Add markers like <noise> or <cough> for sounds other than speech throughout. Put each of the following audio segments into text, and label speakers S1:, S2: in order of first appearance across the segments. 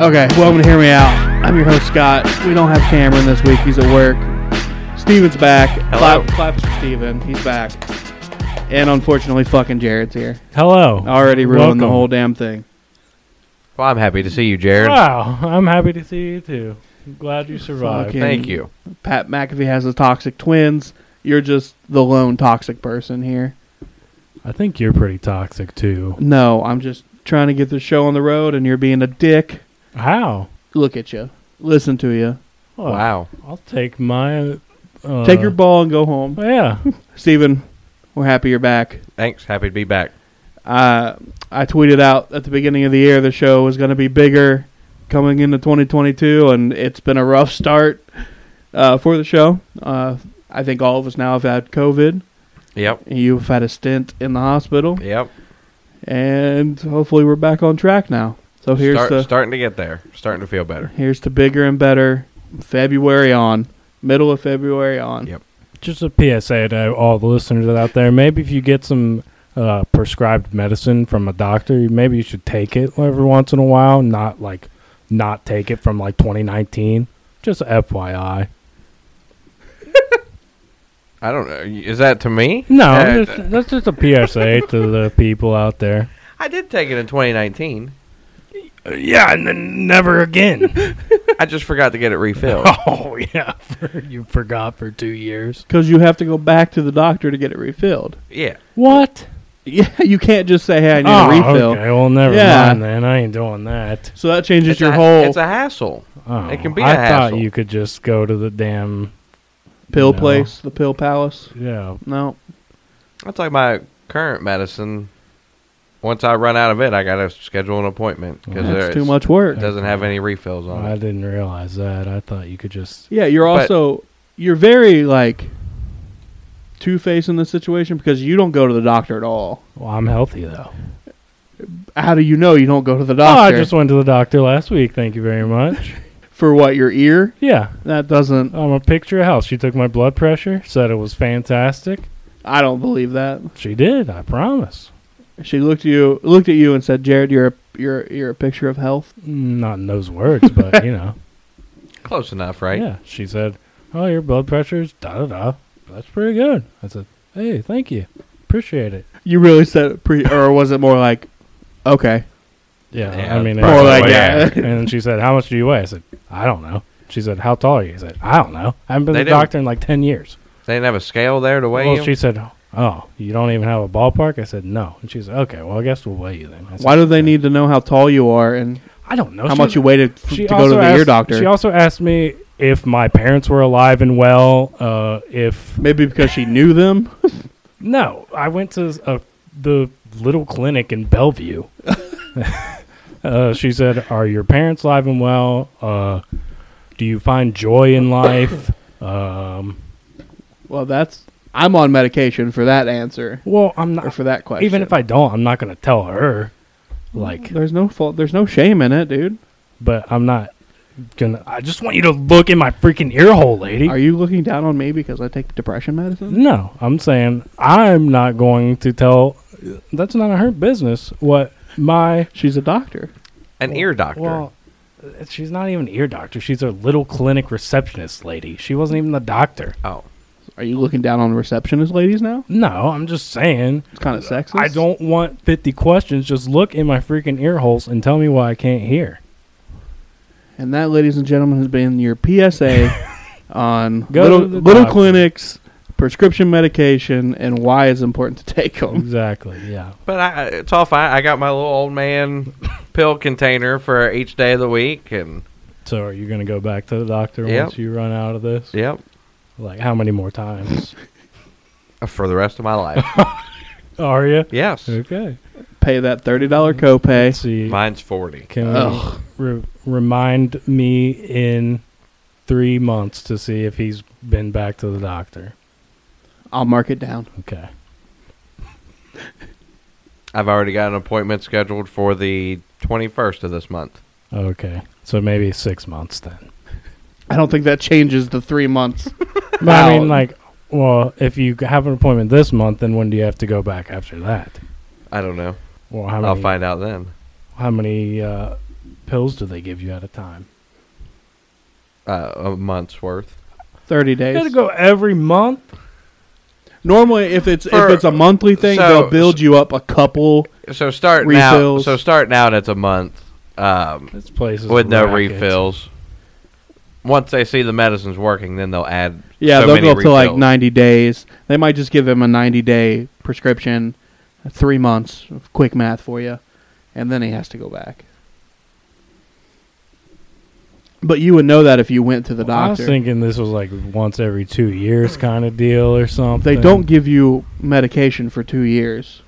S1: Okay, welcome to Hear Me Out. I'm your host, Scott. We don't have Cameron this week. He's at work. Steven's back.
S2: Hello.
S1: Clap, claps for Steven. He's back. And unfortunately, fucking Jared's here.
S3: Hello.
S1: Already ruined the
S3: Welcome.
S1: whole damn thing.
S2: Well, I'm happy to see you, Jared.
S3: Wow, I'm happy to see you too. I'm glad you survived.
S1: Fucking-
S2: Thank you.
S1: Pat McAfee has the toxic twins. You're just the lone toxic person here.
S3: I think you're pretty toxic too.
S1: No, I'm just trying to get the show on the road, and you're being a dick.
S3: How?
S1: Look at you. Listen to you.
S3: Well,
S2: Wow.
S3: I'll take my. Uh,
S1: Take your ball and go home.
S3: Yeah.
S1: Steven, we're happy you're back.
S2: Thanks. Happy to be back.
S1: uh, I tweeted out at the beginning of the year the show was going to be bigger coming into 2022, and it's been a rough start uh, for the show. Uh, I think all of us now have had COVID.
S2: Yep.
S1: You've had a stint in the hospital,
S2: Yep.
S1: and hopefully we're back on track now. So here's
S2: Start,
S1: the
S2: starting to get there. Starting to feel better.
S1: here's to bigger and better February on, middle of February on.
S2: Yep.
S3: Just a PSA to all the listeners out there. Maybe if you get some uh, prescribed medicine from a doctor, maybe you should take it every once in a while. Not like, not take it from like 2019. Just FYI.
S2: I don't know. Is that to me?
S3: No,
S2: Uh,
S3: just, that's just a PSA to the people out there.
S2: I did take it in 2019.
S3: Yeah, and then never <laughs> again.
S2: I just forgot to get it <laughs> refilled.
S3: <laughs> Oh yeah, for, you forgot for two years.
S1: Because you have to go back to the doctor to get it refilled. <laughs>
S2: yeah.
S3: What?
S1: Yeah, you can't just say, "Hey, I need
S2: Ah,
S1: a refill."
S3: Oh, okay. Well, never
S1: Yeah.
S3: mind then. I ain't doing that.
S1: So that changes
S2: It's
S1: your
S2: a,
S1: whole
S2: It's a hassle.
S3: Oh,
S2: It can be
S3: I
S2: a
S3: thought
S2: hassle.
S3: you could just go to the damn
S1: pill
S3: No.
S1: place, the pill palace.
S3: yeah.
S1: No,
S2: I took my current medicine. Once I run out of it, I gotta schedule an appointment because
S1: that's too much work.
S2: It doesn't have any refills on
S3: I
S2: it.
S3: didn't realize that. I thought you could just.
S1: Yeah, you're
S2: But-
S1: also you're very like two faced in this situation because you don't go to the doctor at all.
S3: Well, I'm healthy though.
S1: How do you know you don't go to the
S3: Oh, I
S1: doctor
S3: just went to the doctor last week. Thank you very much.
S1: for what your ear?
S3: yeah,
S1: That doesn't.
S3: I'm a picture of health. She took my blood pressure. Said it was fantastic.
S1: I don't believe that.
S3: She did. I promise.
S1: She looked at you looked at you and said, "Jared, you're a, you're you're a picture of health."
S3: Mm, Not in those words, but you know.
S2: Close enough, right?
S3: Yeah. She said, Oh, your blood pressure's da da da. That's pretty good. I said, Hey, thank you. Appreciate it.
S1: You really said it pre, or was it more like, "Okay,
S3: Yeah.
S2: Yeah,
S3: I mean,
S2: that's
S1: Or
S3: it-
S1: like,
S2: way
S1: yeah.
S2: out.
S3: and then she said, How much do you weigh? I said, I don't know. She said, How tall are you? I said, I don't know. I haven't been
S2: They
S3: to the
S2: didn't-
S3: doctor in like 10 years.
S2: They didn't have a scale there to weigh
S3: Well,
S2: you.
S3: she said, Oh, you don't even have a ballpark? I said, No. And she said, Okay, well, I guess we'll weigh you then. I said,
S1: why do they
S3: "Okay."
S1: need to know how tall you are and
S3: I don't know.
S1: how
S3: She-
S1: much you weighed f- to go to
S3: also
S1: the ear
S3: asked-
S1: doctor?"
S3: She also asked me if my parents were alive and well, uh, if
S1: Maybe because she knew them.
S3: No, I went to uh the little clinic
S1: <laughs>
S3: in Bellevue. uh, she said, "Are your parents alive and well? Uh, do you find joy in life?" Um,
S1: Well, that's I'm on medication for that answer
S3: well, I'm
S1: or
S3: not.
S1: for that question.
S3: Even if I don't, I'm not going to tell her. Like,
S1: there's no fault, there's no shame in it, dude.
S3: but I'm not gonna. I just want you to look in my freaking ear hole, lady.
S1: Are you looking down on me because I take depression medicine?
S3: No, I'm saying I'm not going to tell. That's none of her business. What my
S1: She's a doctor.
S2: An ear doctor.
S3: Well, uh, she's not even an ear doctor. She's a little clinic receptionist lady. She wasn't even the doctor.
S2: oh,
S1: Are you looking down on receptionist ladies now?
S3: No, I'm just saying.
S1: It's kind of sexist.
S3: I don't want 50 questions. Just look in my freaking ear holes and tell me why I can't hear.
S1: And that, ladies and gentlemen, has been your <laughs> PSA on
S3: Go
S1: little,
S3: to the
S1: little
S3: doctor.
S1: clinics, prescription medication, and why it's important to take
S2: Oh.
S1: them.
S3: Exactly. Yeah.
S2: but I, it's all fine. I got my little old man <laughs> pill container for each day of the week, and
S3: So are you going to go back to the doctor
S2: Yep.
S3: once you run out of this?
S2: yep,
S3: Like how many more times? <laughs>
S2: for the rest of my life.
S3: are you?
S2: yes,
S3: Okay.
S1: Pay that thirty dollar copay.
S3: Let's see.
S2: mine's forty.
S3: Can
S1: Ugh.
S3: we re- remind me in 3 months to see if he's been back to the doctor.
S1: I'll mark it down.
S3: Okay.
S2: I've already got an appointment scheduled for the twenty-first of this month.
S3: Okay. So maybe 6 months then.
S2: <laughs>
S1: I don't think that changes the three <laughs> months.
S3: But I mean,
S1: out.
S3: like, well, if you have an appointment this month, then when do you have to go back after that?
S2: I don't know. Oh,
S3: Well, how many?
S2: I'll find out then.
S3: How many uh, pills do they give you at a time?
S2: Uh, a month's worth.
S1: Thirty
S3: You
S1: days.
S3: got to go every month.
S1: Normally, if it's
S2: For-
S1: if it's a monthly thing,
S2: so-
S1: they'll build you up a couple.
S2: So starting out,
S1: Refills.
S2: so starting out, it's a month um,
S3: This place is
S2: with no
S3: rackets.
S2: refills. Once they see the medicine's working, then they'll add.
S1: Yeah,
S2: so
S1: they'll
S2: many
S1: go up to like
S2: refills.
S1: ninety days. They might just give them a ninety day prescription, three months. of Quick math for you, and then he has to go back. But you would know that if you went to the
S3: Well, I was
S1: doctor.
S3: thinking this was like once every two years kind of deal or something.
S1: They don't give you medication for two years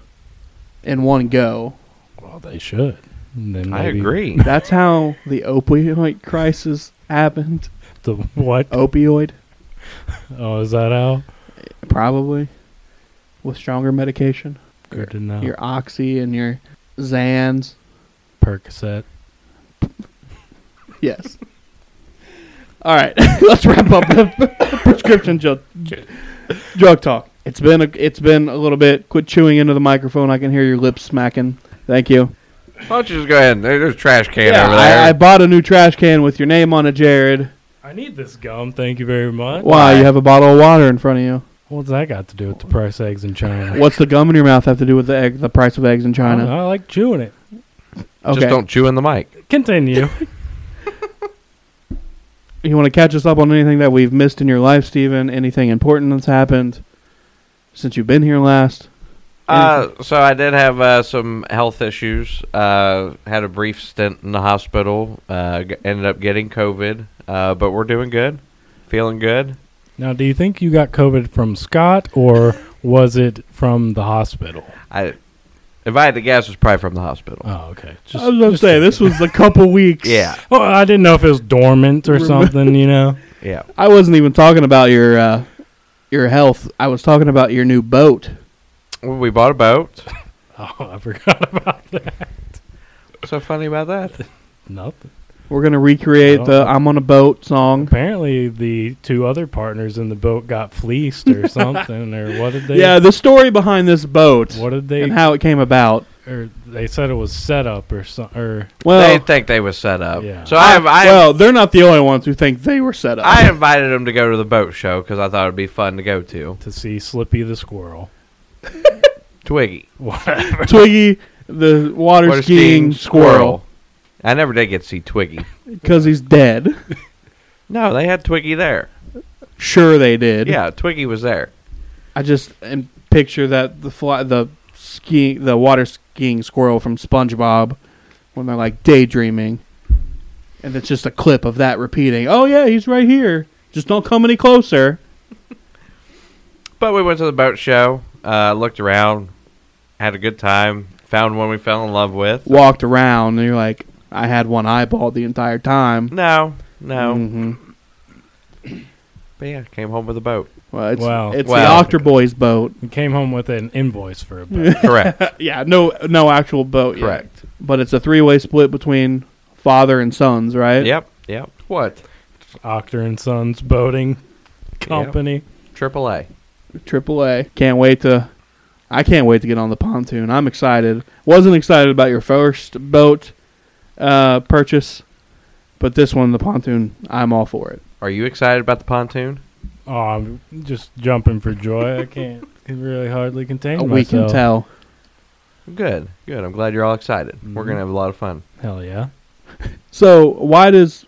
S1: in one go.
S3: Well, they should. And then
S2: I
S1: <laughs>
S3: maybe
S2: agree.
S1: That's how the opioid crisis happened.
S3: The <laughs> what?
S1: Opioid,
S3: Oh, is that how?
S1: probably, with stronger medication.
S3: Good to know.
S1: Your Oxy and your Zans.
S3: Percocet.
S1: Yes. All right, <laughs> let's wrap up the prescription drug, drug talk. It's been a it's been a little bit. Quit chewing into the microphone. I can hear your lips smacking. Thank you.
S2: Why don't you just go ahead? and there- There's a trash can
S1: Yeah,
S2: over there.
S1: I, I bought a new trash can with your name on it, Jared.
S3: I need this gum. Thank you very much.
S1: Why? You have a bottle of water in front of you.
S3: What's that got to do with the price of eggs in China?
S1: What's the gum in your mouth have to do with the egg, the price of eggs in
S3: I,
S1: China?
S3: know, I like chewing it.
S1: Okay.
S2: Just don't chew in the mic.
S3: Continue. <laughs>
S1: You want to catch us up on anything that we've missed in your life, Steven? Anything important that's happened since you've been here last?
S2: Uh, so I did have uh, some health issues. Uh, had a brief stint in the hospital. Uh, g- ended up getting COVID, uh, but we're doing good, feeling good.
S3: now, do you think you got COVID from Scott or was it from the hospital?
S2: I, if I had to guess, it's probably from the hospital.
S3: Oh, okay.
S1: I was going to say, this was a
S2: <laughs>
S1: couple weeks.
S2: yeah,
S3: Well, I didn't know if it was dormant or
S1: Remo-
S3: something, you know? <laughs>
S2: yeah.
S1: I wasn't even talking about your uh, your health. I was talking about your new boat.
S2: Well, we bought a boat.
S3: Oh, I forgot <laughs> about that.
S2: What's so funny
S1: <laughs>
S2: about that?
S3: Nothing.
S1: We're going to recreate the I'm on a boat song.
S3: Apparently, the two other partners in the boat got
S1: <laughs>
S3: fleeced or something, or what did they?
S1: yeah, the story behind this boat
S3: What did they?
S1: and how it came about.
S3: or they said it was set up or something. Or
S1: Well,
S2: they think they was set up.
S3: Yeah.
S2: So I, I,
S1: well, they're not the only ones who think they were set up.
S2: I invited them to go to the boat show because I thought it'd be fun to go to.
S3: to see Slippy the squirrel.
S2: Twiggy,
S3: Whatever.
S1: Twiggy, the water,
S2: Water
S1: skiing, squirrel,
S2: I never did get to see Twiggy.
S1: because he's
S2: <laughs>
S1: dead.
S2: No, they had Twiggy there.
S1: Sure, they did.
S2: Yeah, Twiggy was there.
S1: I just and picture that the fly, the skiing, the water skiing squirrel from SpongeBob, when they're like daydreaming, and it's just a clip of that repeating. Oh yeah, he's right here. Just don't come any closer.
S2: But we went to the boat show, uh, looked around, had a good time, found one we fell in love with.
S1: Walked around, and you're like, I had one eyeball the entire time.
S2: No, no.
S1: hmm
S2: But yeah, came home with a boat.
S1: Well, it's,
S3: Wow.
S1: it's
S2: Wow.
S1: the Octor Boys boat.
S3: We came home with an invoice for a boat.
S1: <laughs>
S2: Correct.
S1: Uh, yeah, no, no actual boat. yet.
S2: Correct.
S1: But it's a three-way split between father and sons, right?
S2: yep, yep. What?
S3: Octor and Sons Boating Company.
S2: Triple A.
S1: Triple A. Can't wait to. I can't wait to get on the pontoon. I'm excited. Wasn't excited about your first boat uh, purchase, but this one, the pontoon, I'm all for it.
S2: Are you excited about the pontoon?
S3: Oh, I'm just jumping for joy. I can't really hardly contain myself.
S1: Oh, we can tell.
S2: Good, good. I'm glad you're all excited.
S1: Mm-hmm.
S2: We're gonna have a lot of fun.
S3: Hell yeah.
S1: So why does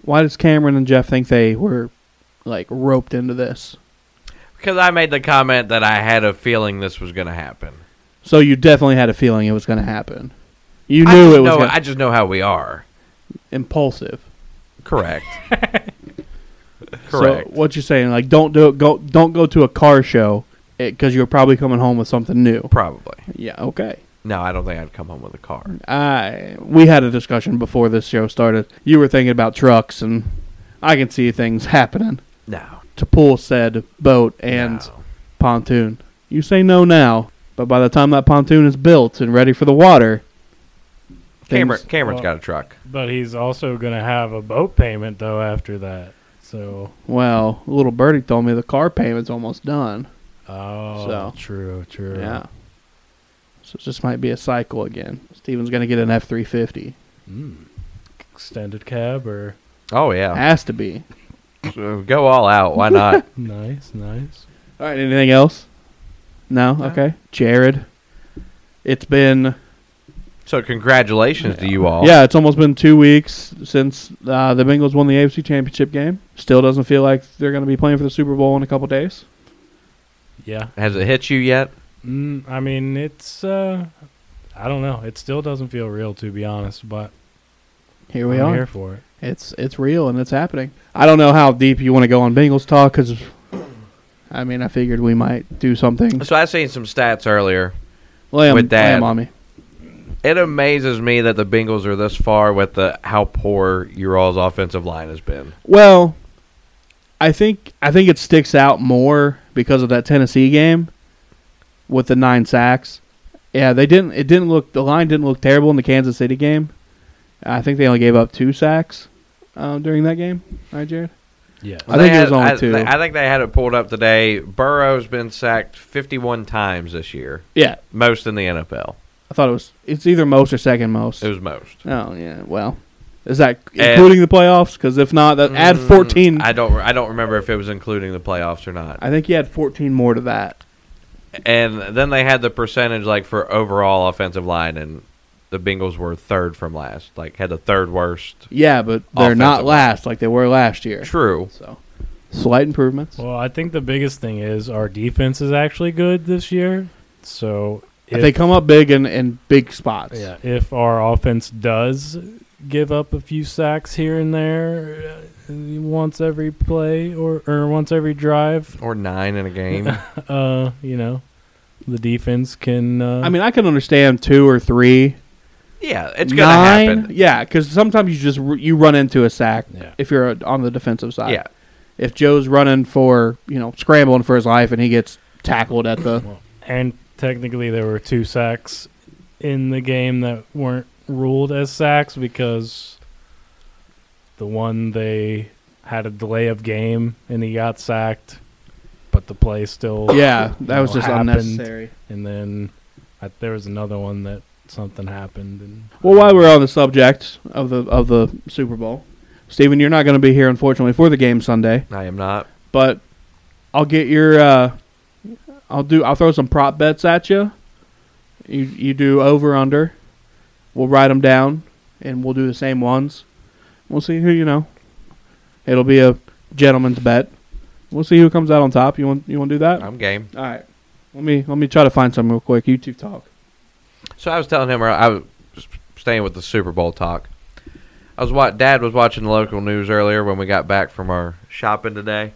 S1: why does Cameron and Jeff think they were like roped into this?
S2: Because I made the comment that I had a feeling this was gonna happen.
S1: So you definitely had a feeling it was going to happen. You
S2: I
S1: knew
S2: just
S1: it was
S2: know-
S1: gonna,
S2: I just know how we are.
S1: impulsive.
S2: Correct.
S1: <laughs> So
S2: Correct.
S1: what you saying? Like don't do it, go don't go to a car show because you're probably coming home with something new.
S2: Probably.
S1: Yeah. Okay.
S2: No, I don't think I'd come home with a car.
S1: I Uh, we had a discussion before this show started. You were thinking about trucks, and I can see things <laughs> happening
S2: No.
S1: to pull said boat and
S2: no.
S1: pontoon. You say no now, but by the time that pontoon is built and ready for the water,
S2: Cameron,
S1: things-
S2: Cameron's
S3: Well-
S2: got a truck.
S3: But he's also going to have a boat payment, though, after that. So,
S1: Well, little birdie told me the car payment's almost done.
S3: oh,
S1: So.
S3: true, true.
S1: Yeah. So this might be a cycle again. Steven's gonna get an F three fifty.
S3: Mm. extended cab or
S2: Oh yeah,
S1: Has to be.
S2: So go all out.
S1: <laughs>
S2: Why not?
S3: nice, nice.
S1: All right. Anything else? No.
S3: No.
S1: Okay. Jared. It's been
S2: so congratulations to you
S3: Oh.
S2: all.
S1: yeah. It's almost been two weeks since uh, the Bengals won the AFC Championship game. Still doesn't feel like they're going to be playing for the Super Bowl in a couple days.
S3: Yeah.
S2: Has it hit you yet?
S3: Mm, I mean, it's uh, I don't know. It still doesn't feel real to be honest, but
S1: Here we
S3: I'm
S1: are.
S3: here for it.
S1: It's it's real and it's happening. I don't know how deep you want to go on Bengals talk because, I mean, I figured we might do something.
S2: So I seen some stats earlier.
S1: Lay 'em-
S2: With that-
S1: lay 'em on me.
S2: It amazes me that the Bengals are this far with the how poor your all's offensive line has been.
S1: Well, I think I think it sticks out more because of that Tennessee game with the nine sacks. Yeah, they didn't. It didn't look the line didn't look terrible in the Kansas City game. I think they only gave up two sacks um, during that game. Right, Jared?
S3: Yeah.
S1: I think it was
S2: had-
S1: only
S2: I-
S1: two.
S2: they- I think they had it pulled up today. Burrow's been sacked 51 times this year,
S1: Yeah,
S2: most in the NFL.
S1: I thought it was. It's either most or second most.
S2: It was most.
S1: Oh yeah, well, is that
S2: And-
S1: including the playoffs? Because if not, that Uh, add
S2: Mm,
S1: fourteen.
S2: I
S1: I,
S2: don't. I don't remember if it was including the playoffs or not.
S1: think you had fourteen more to that.
S2: And then they had the percentage like for overall offensive line, and the Bengals were third from last. Like had the third worst.
S1: Yeah, but they're not
S2: Offensively.
S1: last like they were last year.
S2: True.
S1: So slight improvements.
S3: Well, I think the biggest thing is our defense is actually good this year. So
S1: if they come up big in, in big spots.
S3: Yeah, if our offense does give up a few sacks here and there, uh, once every play or or once every drive,
S2: Or nine in
S1: <laughs>
S2: a game.
S3: uh, you know, the defense can. Uh,
S1: I mean, I can understand two or three.
S2: yeah, it's gonna
S1: Nine,
S2: happen.
S1: Yeah, because sometimes you just r- you run into a sack
S3: Yeah.
S1: if you're uh, on the defensive side.
S2: Yeah.
S1: If Joe's running for you know scrambling for his life and he gets tackled at the
S3: and technically there were two sacks in the game that weren't ruled as sacks because the one they had a delay of game and he got sacked, but the play still
S1: yeah
S3: you
S1: that was
S3: know,
S1: just
S3: happened.
S1: unnecessary.
S3: And then I, there was another one that something happened. And
S1: Well, while we're on the subject of the of the Super Bowl, Steven, you're not going to be here unfortunately for the game Sunday,
S2: I am not.
S1: but I'll get your uh, I'll do I'll throw some prop bets at you. You you do over under. We'll write them down and we'll do the same ones. We'll see who you know. It'll be a gentleman's bet. We'll see who comes out on top. You want you want to do that?
S2: I'm game.
S1: All right. Let me let me try to find some real quick. You two talk.
S2: So I was telling him, I was staying with the Super Bowl talk. I was what Dad was watching the local news earlier when we got back from our shopping today.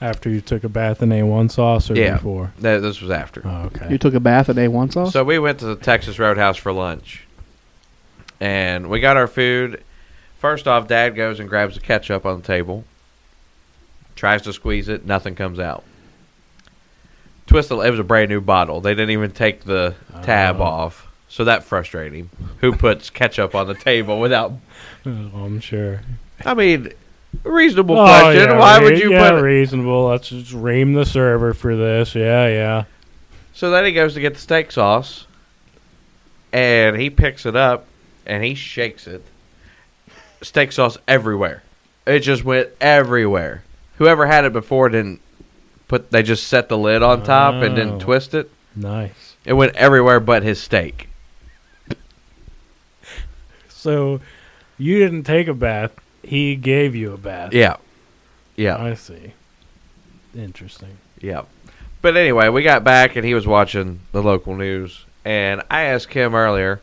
S3: after you took a bath in A1 sauce or
S2: Yeah.
S3: before?
S2: Th- This was after.
S3: Oh, okay.
S1: You took a bath at A one sauce.
S2: So we went to the Texas Roadhouse for lunch, and we got our food. First off, Dad goes and grabs the ketchup on the table, tries to squeeze it, nothing comes out. Twist the. It was a brand new bottle. They didn't even take the tab
S3: Oh.
S2: off, so that frustrated him. Who puts ketchup on the table without?
S3: <laughs> Oh, I'm sure.
S2: I mean, reasonable
S3: Oh,
S2: question.
S3: yeah,
S2: Why
S3: re-
S2: would you
S3: yeah,
S2: put? it?
S3: reasonable. Let's just ream the server for this. Yeah, yeah.
S2: So then he goes to get the steak sauce, and he picks it up and he shakes it. Steak sauce everywhere. It just went everywhere. Whoever had it before didn't put. They just set the lid on top and
S3: Oh.
S2: didn't twist it.
S3: Nice.
S2: It went everywhere but his steak.
S3: So you didn't take a bath. He gave you a bath.
S2: Yeah, yeah,
S3: I see. Interesting.
S2: yeah. But anyway, we got back and he was watching the local news, and I asked him earlier.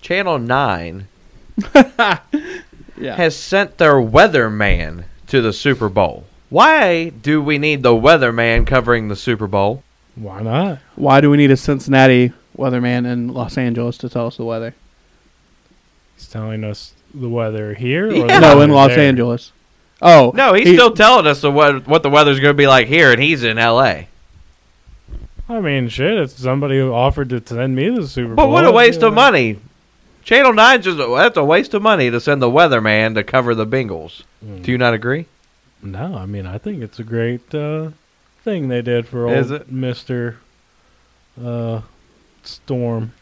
S2: Channel Nine
S1: yeah.
S2: has sent their weatherman to the Super Bowl. Why do we need the weatherman covering the Super Bowl?
S3: Why not?
S1: Why do we need a Cincinnati weatherman in Los Angeles to tell us the
S2: <laughs>
S1: weather?
S3: He's telling us the weather here. Or
S2: Yeah.
S3: the
S1: No,
S3: weather
S1: in Los
S3: there?
S1: Angeles. Oh
S2: No, he's
S1: he-
S2: still telling us the what, what the weather's going to be like here, and he's in L.A.
S3: I mean, shit. If somebody offered to send me to the Super Bowl,
S2: But what a waste
S3: yeah.
S2: of money! Channel Nine just that's a waste of money to send the weatherman to cover the Bengals. Do you not agree?
S3: "Mm, No, I mean I think it's a great uh, thing they did for old
S2: Is it?
S3: Mister uh, Storm.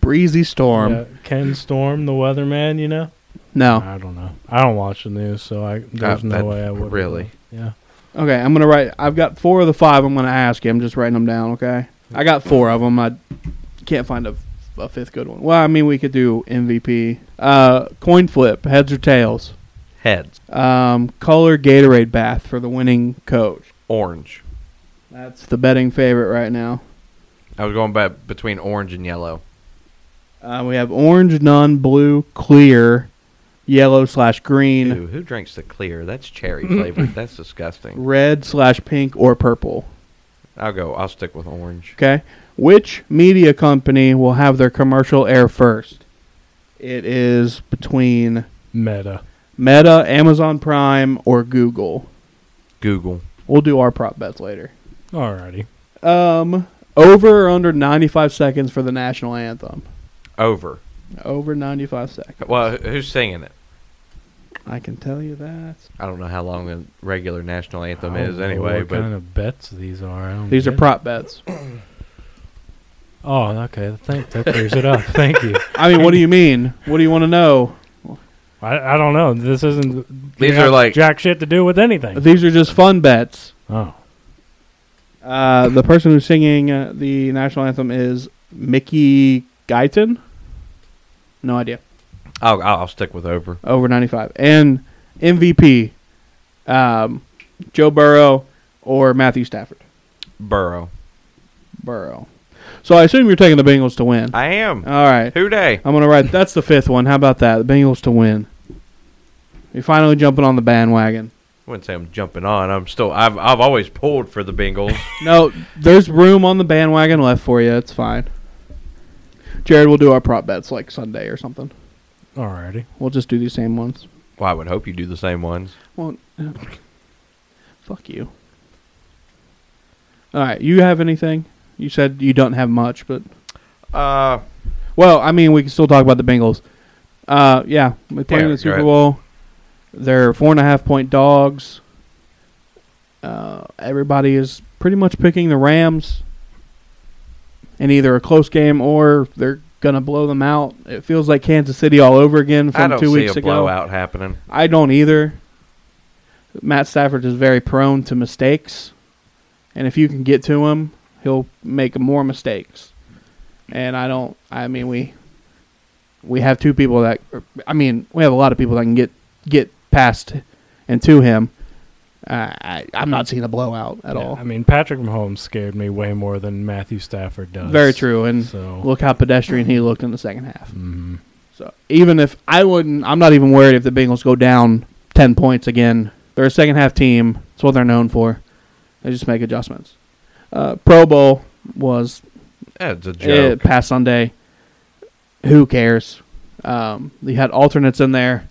S1: breezy storm.
S3: Yeah, Ken Storm, the weatherman, you know?
S1: No.
S3: I don't know. I don't watch the news, so I there's
S2: Uh,
S3: no
S2: Oh. that-
S3: way I would.
S2: really?
S3: Yeah.
S1: Okay, I'm gonna write. I've got four of the five. I'm gonna ask you. I'm just writing them down. Okay. I got four of them. I can't find a, a fifth good one. Well, I mean, we could do MVP. Uh, coin flip, heads or tails.
S2: Heads.
S1: Um, color Gatorade bath for the winning coach.
S2: Orange.
S1: That's the betting favorite right now.
S2: I was going by between orange and yellow.
S1: Uh, we have orange, none, blue, clear, yellow slash green,
S2: Ew, who drinks the clear? That's cherry
S3: <laughs>
S2: flavored. That's disgusting.
S1: red slash pink, or purple.
S2: I'll go. I'll stick with orange.
S1: Okay. Which media company will have their commercial air first? It is between
S3: Meta.
S1: Meta, Amazon Prime, or Google.
S2: Google.
S1: We'll do our prop bets later.
S3: Alrighty.
S1: Um, over or under 95 seconds for the national anthem?
S2: Over.
S1: Over 95 seconds.
S2: Well, who- who's singing it?
S1: I can tell you that.
S2: I don't know how long the regular national anthem
S3: I don't
S2: is
S3: know
S2: anyway,
S3: Oh, what
S2: but
S3: kind of bets these are. I don't
S1: These are
S3: get it.
S1: prop bets.
S3: Oh, okay. Thank that clears it up.
S1: <laughs>
S3: Thank you.
S1: I mean, what do you mean? What do you want to know?
S3: I, I don't know. This isn't.
S2: These
S3: have
S2: are like-
S3: jack shit to do with anything.
S1: These are just fun bets.
S3: Oh,
S1: Uh, the person who's singing uh, the national anthem is Mickey Guyton. No idea.
S2: I'll, I'll I'll stick with over.
S1: Over 95. And MVP, um, Joe Burrow or Matthew Stafford.
S2: Burrow.
S1: Burrow. So I assume you're taking the Bengals to win.
S2: I am.
S1: All right.
S2: who day?
S1: I'm going to write. That's the fifth one. How about that? The Bengals to win. You're finally jumping on the bandwagon.
S2: I wouldn't say I'm jumping on. I'm still. I've I've always pulled for the Bengals. <laughs>
S1: No, there's room on the bandwagon left for you. It's fine. Jared, we'll do our prop bets like Sunday or something.
S3: alrighty.
S1: We'll just do these same ones.
S2: well, I would hope you do the same ones.
S1: Well, <laughs> uh, fuck you. All right, you have anything? You said you don't have much, but
S2: Uh,
S1: well, I mean, we can still talk about the Bengals. Uh, yeah, they're playing
S2: Yeah,
S1: in the
S2: you're
S1: Super
S2: right.
S1: Bowl. They're four and a half point dogs. Uh, everybody is pretty much picking the Rams in either a close game or they're gonna blow them out. It feels like Kansas City all over again
S2: I
S1: from
S2: don't
S1: two
S2: see
S1: weeks
S2: a
S1: ago.
S2: blowout happening.
S1: I don't either. Matt Stafford is very prone to mistakes, and if you can get to him, he'll make more mistakes. And I don't. I mean, we we have two people that. I mean, we have a lot of people that can get get past and to him. Uh, I, I'm not seeing a blowout at
S3: Yeah,
S1: all.
S3: I mean, Patrick Mahomes scared me way more than Matthew Stafford does.
S1: very true. And
S3: So.
S1: look how pedestrian he looked in the second half.
S3: Mhm.
S1: So even if I wouldn't, I'm not even worried if the Bengals go down ten points again. They're a second half team. That's what they're known for. They just make adjustments. Uh, Pro Bowl was
S2: That's a
S1: eh,
S2: joke.
S1: past Sunday. Who cares? Um, you had alternates in there.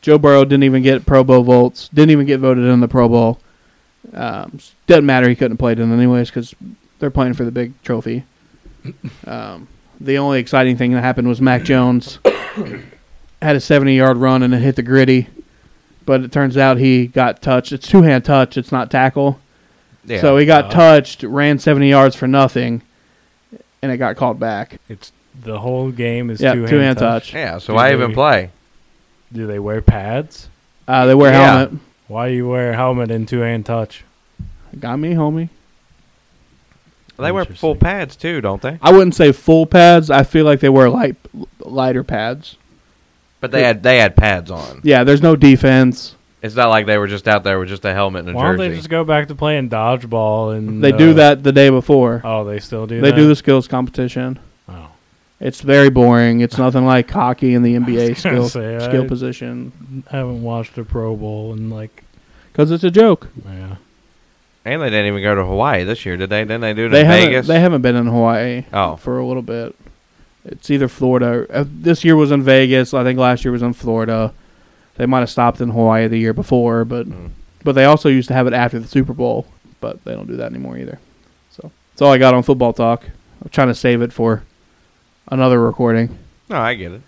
S1: Joe Burrow didn't even get Pro Bowl votes. Didn't even get voted in the Pro Bowl. Um, s- doesn't matter. He couldn't have played in anyways because they're playing for the big
S2: <coughs>
S1: trophy. Um, the only exciting thing that happened was Mac Jones <coughs> had a 70-yard run and it hit the gritty, but it turns out he got touched. It's two-hand touch. It's not tackle.
S2: yeah.
S1: so he got
S3: uh,
S1: touched, ran 70 yards for nothing, and it got called back.
S3: It's the whole game is
S1: yeah,
S3: two hand
S1: two-hand
S3: touch.
S1: touch.
S2: yeah. So
S3: Dude,
S2: I even
S3: we-
S2: play.
S3: Do they wear pads?
S1: Uh, they wear
S2: Yeah.
S1: helmet.
S3: Why you wear a helmet in two hand touch?
S1: Got me, homie.
S2: They wear full
S3: Interesting.
S2: pads too, don't they?
S1: I wouldn't say full pads. I feel like they wear light, lighter pads.
S2: But they had they had pads on.
S1: Yeah, there's no defense.
S2: It's not like they were just out there with just a helmet and a
S3: Why don't they
S2: jersey.
S3: just go back to playing dodgeball and
S1: They
S3: uh,
S1: do that the day before.
S3: Oh, they still do.
S1: they
S3: that?
S1: do the skills competition.
S3: Oh.
S1: It's very boring. It's nothing like hockey
S3: <laughs>
S1: and the NBA
S3: was gonna
S1: skill
S3: say,
S1: skill
S3: I-
S1: position
S3: I haven't watched a Pro Bowl in like
S1: because it's a joke.
S3: yeah.
S2: and they didn't even go to Hawaii this year, did they? Didn't they do it
S1: They
S2: in
S1: haven't
S2: Vegas?
S1: they haven't been in Hawaii
S2: Oh.
S1: for a little bit. It's either Florida. uh, This year was in Vegas. I think last year was in Florida. They might have stopped in Hawaii the year before, but
S2: Mm.
S1: But they also used to have it after the Super Bowl, but they don't do that anymore either. So that's all I got on football talk. I'm trying to save it for another recording.
S2: No, I get it.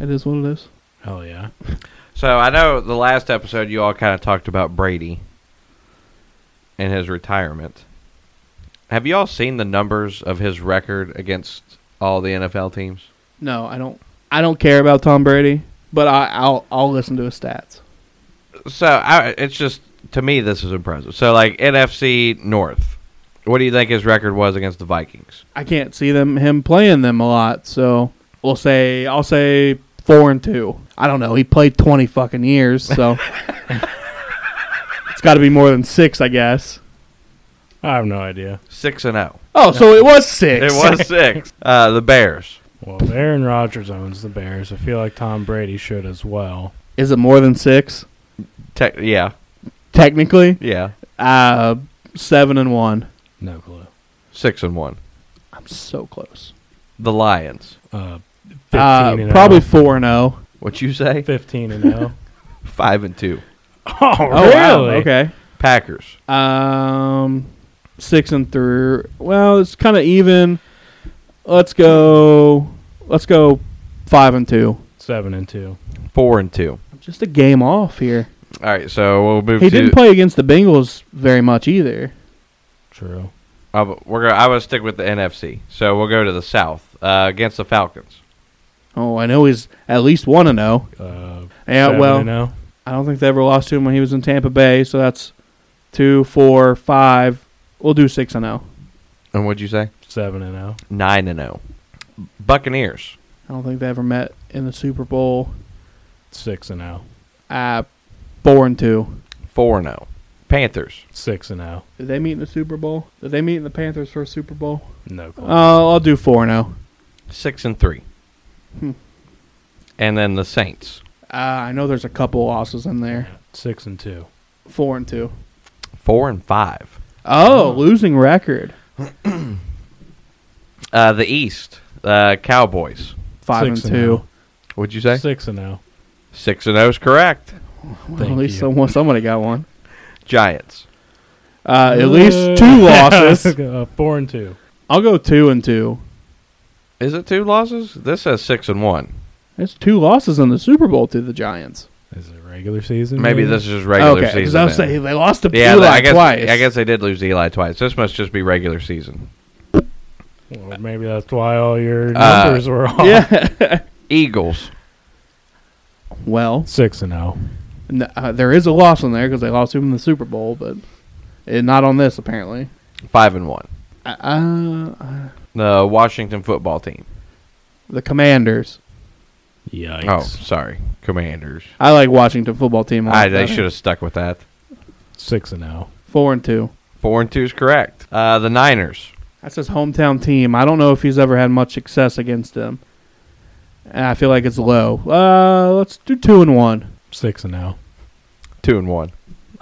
S1: It is what it is.
S3: Hell yeah.
S2: So I know the last episode you all kind of talked about Brady and his retirement. Have you all seen the numbers of his record against all the NFL teams?
S1: No, I don't. I don't care about Tom Brady, but I, I'll I'll listen to his stats.
S2: So I, it's just to me this is impressive. So like NFC North, what do you think his record was against the Vikings?
S1: I can't see them him playing them a lot, so we'll say I'll say four and two. I don't know. He played twenty fucking years, so it's got to be more than six, I guess.
S3: I have no idea.
S2: Six and zero.
S1: Oh, so it was six.
S2: It was six. Uh, the Bears.
S3: Well, if Aaron Rodgers owns the Bears. I feel like Tom Brady should as well.
S1: <laughs> Is it more than six?
S2: Te- yeah,
S1: Technically,
S2: yeah.
S1: uh, seven and one.
S3: No clue.
S2: Six and one.
S1: I'm so close.
S2: The Lions.
S3: Uh, 15
S1: Uh,
S3: and oh.
S1: probably
S3: 0.
S1: four and oh. zero.
S2: What you say?
S3: 15 and 0.
S2: Five and two.
S3: oh, really?
S1: <laughs> Oh, wow. Okay.
S2: Packers.
S1: Um, six and three. Well, it's kind of even. Let's go. Let's go five and two.
S3: 7 and 2.
S2: Four and two.
S1: I'm just a game off here.
S2: All right, so we'll move
S1: He
S2: to.
S1: didn't play against the Bengals very much either.
S3: True.
S2: Uh, we're gonna, I would stick with the NFC. So we'll go to the South uh, against the Falcons.
S1: Oh, I know he's at least one and zero.
S3: Uh,
S1: Yeah,
S3: 7
S1: well,
S3: and oh. 0.
S1: I don't think they ever lost to him when he was in Tampa Bay. So that's two, four, five. We'll do six and oh. zero.
S2: And what'd you say?
S3: 7 and oh. 0.
S2: Nine and zero. Buccaneers.
S1: I don't think they ever met in the Super Bowl.
S3: 6 and oh. 0.
S1: Uh, four and two.
S2: Four and zero. Panthers.
S3: 6 and oh. 0.
S1: Did they meet in the Super Bowl? Did they meet in the Panthers for a Super Bowl?
S3: No clue.
S1: Uh, I'll do four now.
S2: Six and three.
S1: Hmm.
S2: And then the Saints.
S1: Uh, I know there's a couple losses in there.
S3: 6 and 2.
S1: Four and two.
S2: Four and five.
S1: Oh, losing record.
S2: Uh, the East. Uh, Cowboys.
S1: Five
S3: Six
S1: and oh.
S3: and
S1: two.
S2: What'd you say?
S3: 6 and oh. 0.
S2: Six and zero is correct.
S1: Well, at
S3: Thank
S1: least
S3: you.
S1: someone somebody got one.
S2: Giants.
S1: Uh, at least <laughs>
S3: <laughs>
S1: two losses.
S3: uh, 4 and 2.
S1: I'll go two and two.
S2: Is it two losses? This says six and one.
S1: It's two losses in the Super Bowl to the Giants.
S3: Is it regular season?
S2: Maybe this is just regular
S1: okay,
S2: season.
S1: I was
S2: then.
S1: saying they lost to
S2: yeah,
S1: Eli
S2: I guess
S1: twice.
S2: I guess they did lose to Eli twice. This must just be regular season.
S3: Well, maybe that's why all your
S2: Uh,
S3: numbers were off.
S1: <laughs> Yeah.
S2: Eagles.
S1: <laughs> well,
S3: 6 and oh. 0.
S1: n- uh, there is a loss in there because they lost to him in the Super Bowl, but eh, not on this apparently.
S2: Five and one.
S1: Uh, uh,
S2: The Washington football team.
S1: the Commanders.
S3: Yikes.
S2: Oh, sorry, Commanders.
S1: I like Washington football team. a lot
S2: I, they
S1: better.
S2: should have stuck with that.
S3: 6 and oh. 0.
S1: four and two.
S2: Four and two is correct. Uh, the Niners.
S1: That's his hometown team. I don't know if he's ever had much success against them, and I feel like it's low. Uh, let's do two and one.
S3: 6 and oh. 0.
S2: Two and one. <laughs>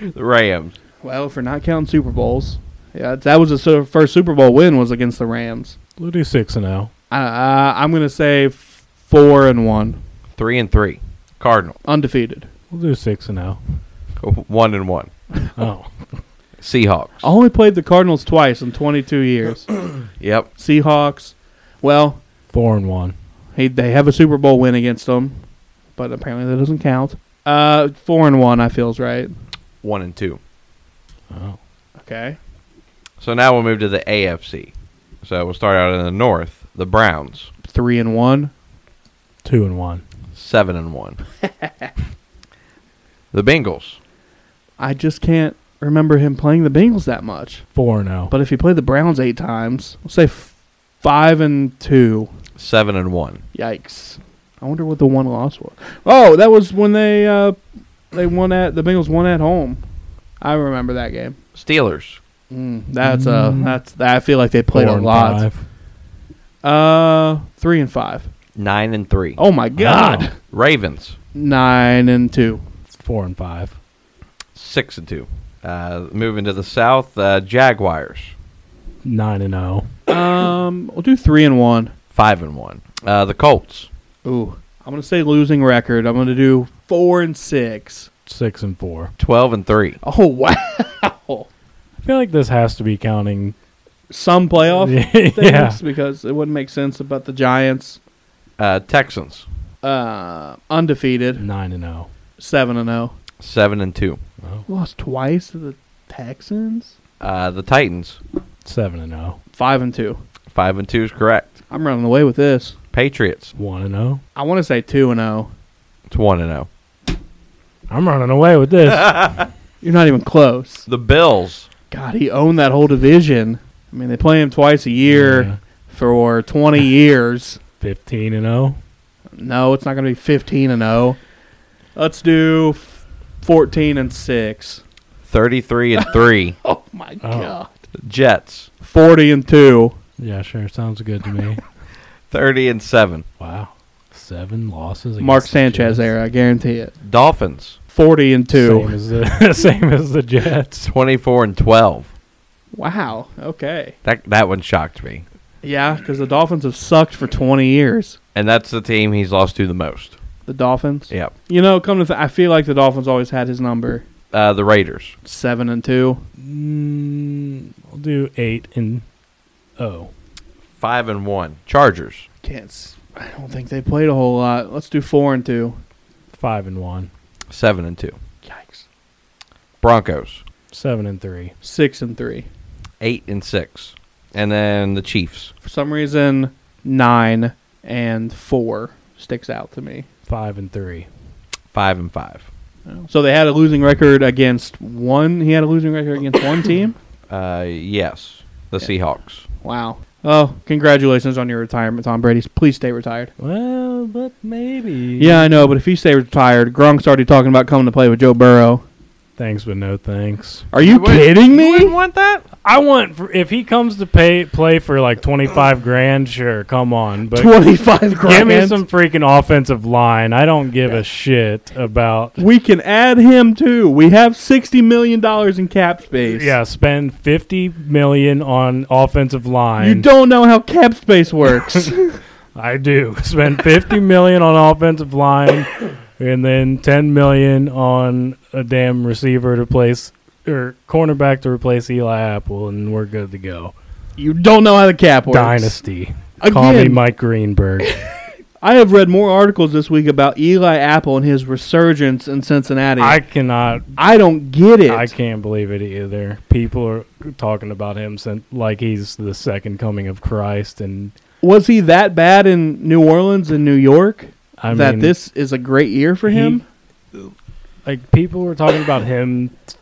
S2: the Rams.
S1: Well, if we're not counting Super Bowls, yeah, that was his su- first Super Bowl win was against the Rams.
S3: We'll do 6 and oh. 0.
S1: Uh, uh, I'm gonna say f- four and one,
S2: Three and three. Cardinal.
S1: undefeated.
S3: We'll do 6
S1: <laughs>
S3: and 0.
S2: One and one.
S3: Oh.
S2: Seahawks.
S1: I only played the Cardinals twice in 22 years. <clears throat>
S2: Yep.
S1: Seahawks. Well,
S3: Four and one.
S1: He, they have a Super Bowl win against them, but apparently that doesn't count. Uh, four and one, I feels right.
S2: One and two.
S3: Oh.
S1: Okay.
S2: So now we'll move to the AFC. So we'll start out in the North. The Browns.
S1: Three and one.
S3: Two and one.
S2: Seven and one. the Bengals.
S1: I just can't remember him playing the Bengals that much.
S3: Four and oh.
S1: But if he played the Browns eight times, we'll say f- five and two.
S2: Seven and one.
S1: Yikes. I wonder what the one loss was. Oh, that was when they uh, they won at the Bengals won at home. I remember that game.
S2: Steelers.
S1: Mm, that's uh that's I feel like they played
S3: Four
S1: a
S3: and
S1: lot.
S3: five.
S1: Uh, three and five.
S2: Nine and three.
S1: Oh my god.
S3: Wow.
S2: Ravens.
S1: nine and two.
S3: Four and five.
S2: Six and two. Uh, moving to the South. Uh, Jaguars.
S3: Nine and oh.
S1: Um, we'll do three and one.
S2: Five and one. Uh, the Colts.
S1: Ooh, I'm gonna say losing record. I'm gonna do four and six. <laughs>
S3: Six and four.
S2: Twelve and three.
S1: Oh wow,
S3: I feel like this has to be counting.
S1: some playoff things
S3: yeah.
S1: because it wouldn't make sense about the Giants
S2: Uh, Texans.
S1: uh, undefeated,
S3: Nine and oh.
S1: seven and zero.
S2: Seven and two.
S3: Oh.
S1: Lost twice to the Texans.
S2: Uh, the Titans.
S3: Seven and oh. zero.
S1: Five and two.
S2: Five and two is correct.
S1: I'm running away with this.
S2: Patriots.
S3: One and oh. zero.
S1: I want to say two and oh. zero.
S2: It's one and oh. zero.
S3: I'm running away
S1: <laughs>
S3: with this.
S1: You're not even close.
S2: The Bills.
S1: God, he owned that whole division. I mean, they play him twice a year
S3: Yeah.
S1: for 20 years.
S3: Fifteen and oh. zero.
S1: No, it's not going to be 15 and 0. Let's do f- 14 and 6.
S2: Thirty-three and
S1: <laughs>
S2: three.
S1: Oh my
S3: Oh.
S1: god.
S2: Jets.
S1: 40 and 2.
S3: Yeah, sure. Sounds good to me.
S2: Thirty and seven.
S3: wow, seven losses.
S1: Mark
S3: against the
S1: Sanchez
S3: Jets.
S1: era, I guarantee it.
S2: Dolphins.
S1: 40 and 2.
S3: Same as the <laughs> same as the Jets.
S2: Twenty-four and twelve.
S1: Wow. Okay.
S2: That that one shocked me.
S1: Yeah, because the Dolphins have sucked for 20 years.
S2: And that's the team he's lost to the most.
S1: The Dolphins.
S2: Yep.
S1: You know, come to th- I feel like the Dolphins always had his number.
S2: Uh, the Raiders.
S1: 7 and 2.
S3: Mm, I'll do eight and oh.
S2: Five and one. Chargers.
S1: Can't s- I don't think they played a whole lot. Let's do 4 and 2.
S3: Five and one.
S2: Seven and two.
S1: Yikes.
S2: Broncos.
S3: Seven and three.
S1: 6 and 3.
S2: Eight and six. And then the Chiefs.
S1: For some reason, 9 and 4 sticks out to me.
S3: Five and three.
S2: Five and five.
S1: So they had a losing record against one. He had a losing record against one team.
S2: Uh, yes. The
S1: Yeah.
S2: Seahawks.
S1: Wow. Oh, congratulations on your retirement, Tom Brady. Please stay retired.
S3: Well, but maybe.
S1: Yeah, I know, but if you stay retired, Gronk's already talking about coming to play with Joe Burrow.
S3: Thanks, but no thanks.
S1: Are you
S2: wouldn't-
S1: kidding
S2: You
S1: me?
S2: wouldn't want that?
S3: I want for, if he comes to pay play for like twenty five grand, sure, come on. But
S1: Twenty-five
S3: give me
S1: grand.
S3: some freaking offensive line. I don't give a shit about.
S1: we can add him too. We have sixty million dollars in cap space.
S3: Yeah, spend fifty million on offensive line.
S1: You don't know how cap space works.
S3: I do <laughs> spend fifty million on offensive line, and then ten million on a damn receiver to place or cornerback to replace Eli Apple, and we're good to go.
S1: you don't know how the cap works.
S3: Dynasty.
S1: Again,
S3: Call me
S1: <laughs>
S3: Mike Greenberg.
S1: I have read more articles this week about Eli Apple and his resurgence in Cincinnati.
S3: I cannot.
S1: I don't get it.
S3: I can't believe it either. People are talking about him since, like he's the second coming of Christ, and
S1: Was he that bad in New Orleans and New York
S3: I
S1: that
S3: mean,
S1: this is a great year for him?
S3: like people were talking about him t-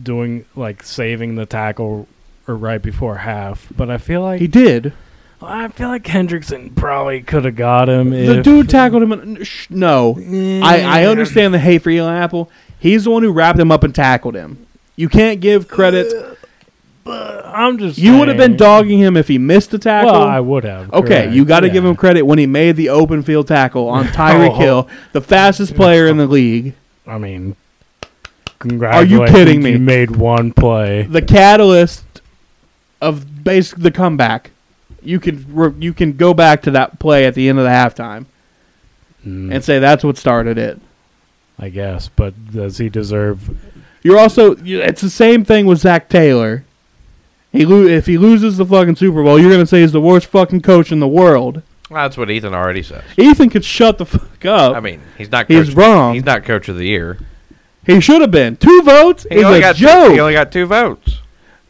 S3: doing like saving the tackle or right before half, but I feel like
S1: He, did.
S3: I feel like Hendrickson probably could have got him.
S1: the
S3: if-
S1: dude tackled him. In, sh- no, I, I understand the hate for Eli Apple. He's the one who wrapped him up and tackled him. You can't give credit.
S3: I'm just.
S1: You would have been
S3: saying-
S1: dogging him if he missed the tackle.
S3: Well, I would have.
S1: Okay, you got to give him
S3: credit.
S1: credit when he made the open field tackle
S3: <laughs>
S1: on Tyreek
S3: Oh.
S1: Hill, the fastest player in the league.
S3: I mean, congratulations!
S1: kidding me?
S3: You made one play.
S1: the catalyst of basic the comeback. You can re- you can go back to that play at the end of the halftime
S3: Mm,
S1: and say that's what started it.
S3: I guess, but does he deserve?
S1: You're also you- it's the same thing with Zach Taylor. He lo- if he loses the fucking Super Bowl, you're gonna say he's the worst fucking coach in the world.
S2: Well, that's what Ethan already says.
S1: Ethan could shut the fuck up.
S2: I mean, he's not.
S1: he's
S2: coach-
S1: wrong.
S2: He's not coach of the year.
S1: he should have been two votes
S2: He
S1: is
S2: only
S1: a
S2: got
S1: joke.
S2: he only got two votes.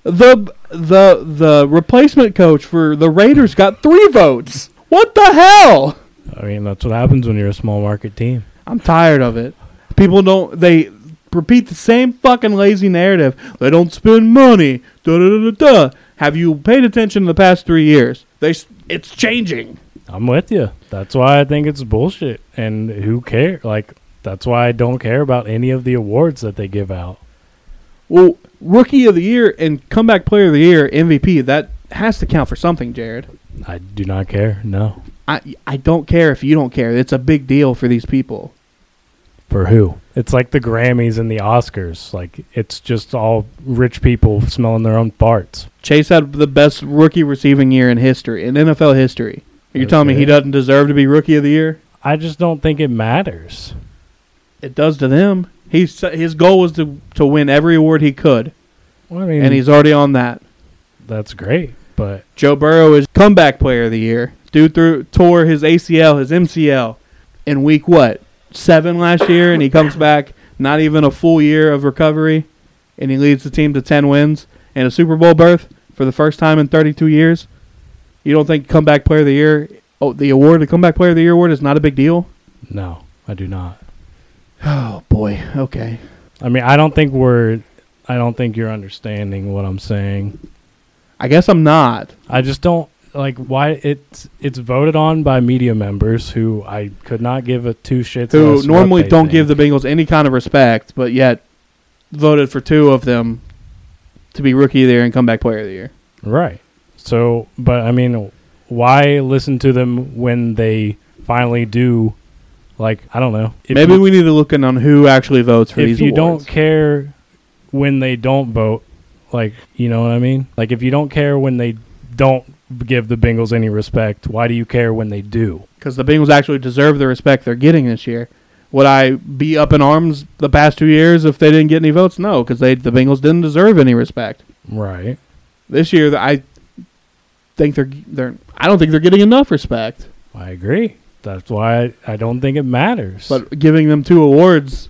S1: the the the replacement coach for the Raiders got three votes. What the hell?
S3: I mean, that's what happens when you're a small market team.
S1: I'm tired of it. People don't they repeat the same fucking lazy narrative. They don't spend money. Da da da da. da. Have you paid attention in the past three years? They s- it's changing.
S3: I'm with you. That's why I think it's bullshit. And who care? Like, that's why I don't care about any of the awards that they give out.
S1: Well, rookie of the year and comeback player of the year MVP that has to count for something, Jared.
S3: I do not care. No,
S1: I I don't care if you don't care. It's a big deal for these people.
S3: for who? It's like the Grammys and the Oscars. Like, it's just all rich people smelling their own farts.
S1: Chase had the best rookie receiving year in history in NFL history. You're telling me he
S3: Okay.
S1: doesn't deserve to be rookie of the year?
S3: I just don't think it matters.
S1: It does to them. He's, his goal was to, to win every award he could,
S3: Well, I mean,
S1: and he's already on that.
S3: that's great, but
S1: Joe Burrow is comeback player of the year. Dude threw, tore his ACL, his MCL in week what? Seven last year, and he comes back not even a full year of recovery, and he leads the team to 10 wins and a Super Bowl berth. for the first time in 32 years. You don't think comeback player of the year, oh, the award, the comeback player of the year award is not a big deal?
S3: No, I do not.
S1: Oh boy. Okay.
S3: I mean, I don't think we're. I don't think you're understanding what I'm saying.
S1: I guess I'm not.
S3: I just don't like why it's it's voted on by media members who I could not give a two shits.
S1: Who
S3: less what
S1: normally
S3: they
S1: don't
S3: think.
S1: give the Bengals any kind of respect, but yet voted for two of them to be rookie of the year and comeback player of the year.
S3: Right. So, but I mean, why listen to them when they finally do? Like, I don't know. If
S1: Maybe
S3: you,
S1: we need to look in on who actually votes for
S3: if
S1: these
S3: you
S1: awards.
S3: don't care when they don't vote, like, you know what I mean? Like, if you don't care when they don't give the Bengals any respect, why do you care when they do?
S1: because the Bengals actually deserve the respect they're getting this year. Would I be up in arms the past two years if they didn't get any votes? No, because they the Bengals didn't deserve any respect
S3: Right.
S1: this year. I think they're they're I don't think they're getting enough respect.
S3: I agree. That's why I, I don't think it matters.
S1: But giving them two awards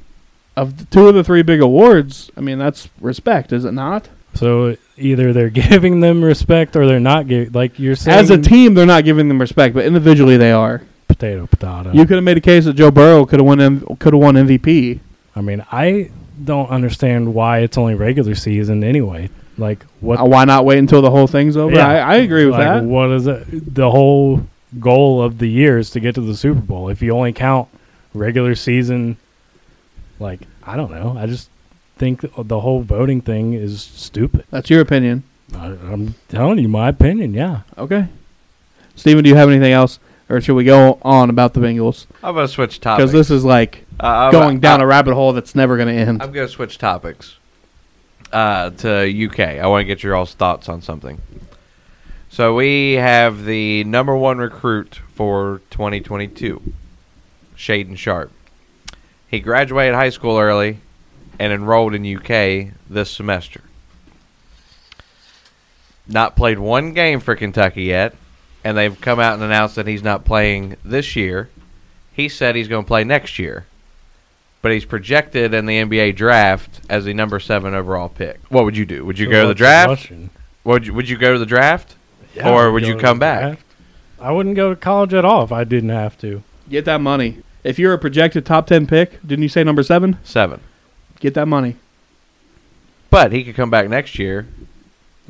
S1: of the, two of the three big awards, I mean that's respect, is it not?
S3: so either they're <laughs> giving them respect or they're not giving. Like you're saying,
S1: As a team, they're not giving them respect, but individually they are.
S3: potato potato.
S1: You could have made a case that Joe Burrow could have won could have won MVP.
S3: I mean, I don't understand why it's only regular season anyway. Like what?
S1: Uh, Why not wait until the whole thing's over?
S3: Yeah.
S1: I, I agree with
S3: like,
S1: that.
S3: What is it? The whole goal of the year is to get to the Super Bowl. If you only count regular season, like I don't know. I just think the whole voting thing is stupid.
S1: That's your opinion.
S3: I, I'm telling you my opinion. Yeah.
S1: Okay. Steven, do you have anything else? Or should we go on about the Bengals?
S2: I'm gonna switch topics.
S1: Because this is like
S2: Uh, I'm-
S1: going down
S2: I'm-
S1: a rabbit hole that's never going to end.
S2: I'm gonna switch topics uh, to UK. I want to get your all's thoughts on something. So we have the number one recruit for 2022, Shaden Sharp. He graduated high school early and enrolled in UK this semester. Not played one game for Kentucky yet, and they've come out and announced that he's not playing this year. He said he's going to play next year but he's projected in the NBA draft as the number seven overall pick. What would you do? Would you go to the draft? Would you, would you go to the draft?
S3: Yeah,
S2: Or
S3: I'd
S2: would
S3: go
S2: you
S3: to
S2: come
S3: the
S2: back?
S3: draft. I wouldn't go to college at all if I didn't have to.
S1: Get that money. If you're a projected top 10 pick, didn't you say number seven?
S2: Seven.
S1: Get that money.
S2: But he could come back next year.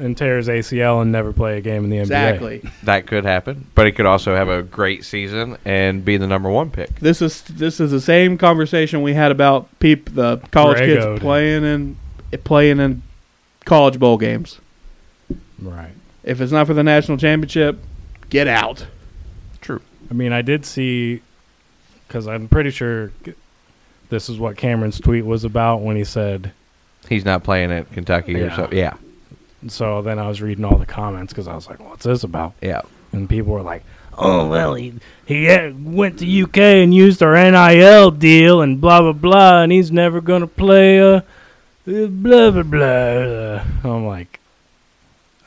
S3: And tear his ACL and never play a game in the NBA.
S1: Exactly.
S2: That could happen. But he could also have a great season and be the number one pick.
S1: This is this is the same conversation we had about peep the college
S3: Drago.
S1: kids playing in playing in college bowl games.
S3: Right.
S1: If it's not for the national championship, get out.
S2: True.
S3: I mean, I did see because I'm pretty sure g- this is what Cameron's tweet was about when he said.
S2: He's not playing at Kentucky or
S3: Yeah.
S2: something. Yeah.
S3: So then I was reading all the comments because I was like, "What's this about?"
S2: Yeah.
S3: And people were like, "Oh well, he he had- went to UK and used our NIL deal and blah blah blah, and he's never gonna play uh, uh, blah blah blah." I'm like,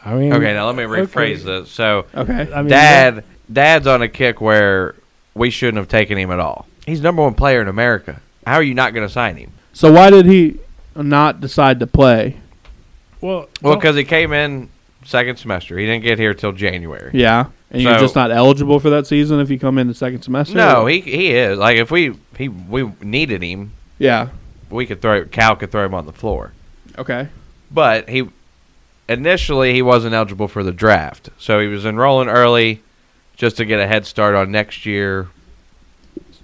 S3: I mean,
S2: Okay, now let me rephrase
S3: Okay.
S2: this. So,
S1: Okay.
S3: I mean,
S2: Dad, Dad's on a kick where we shouldn't have taken him at all. He's number one player in America. How are you not going to sign him?
S1: So why did he not decide to play?
S3: Well, oh,
S2: Well,
S3: don't-
S2: because he came in second semester. He didn't get here till January.
S1: Yeah, and you're
S2: So-
S1: just not eligible for that season if you come in the second semester.
S2: No, he he is. Like if we he we needed him,
S1: Yeah.
S2: we could throw Cal could throw him on the floor.
S1: Okay.
S2: But he initially he wasn't eligible for the draft, so he was enrolling early just to get a head start on next year,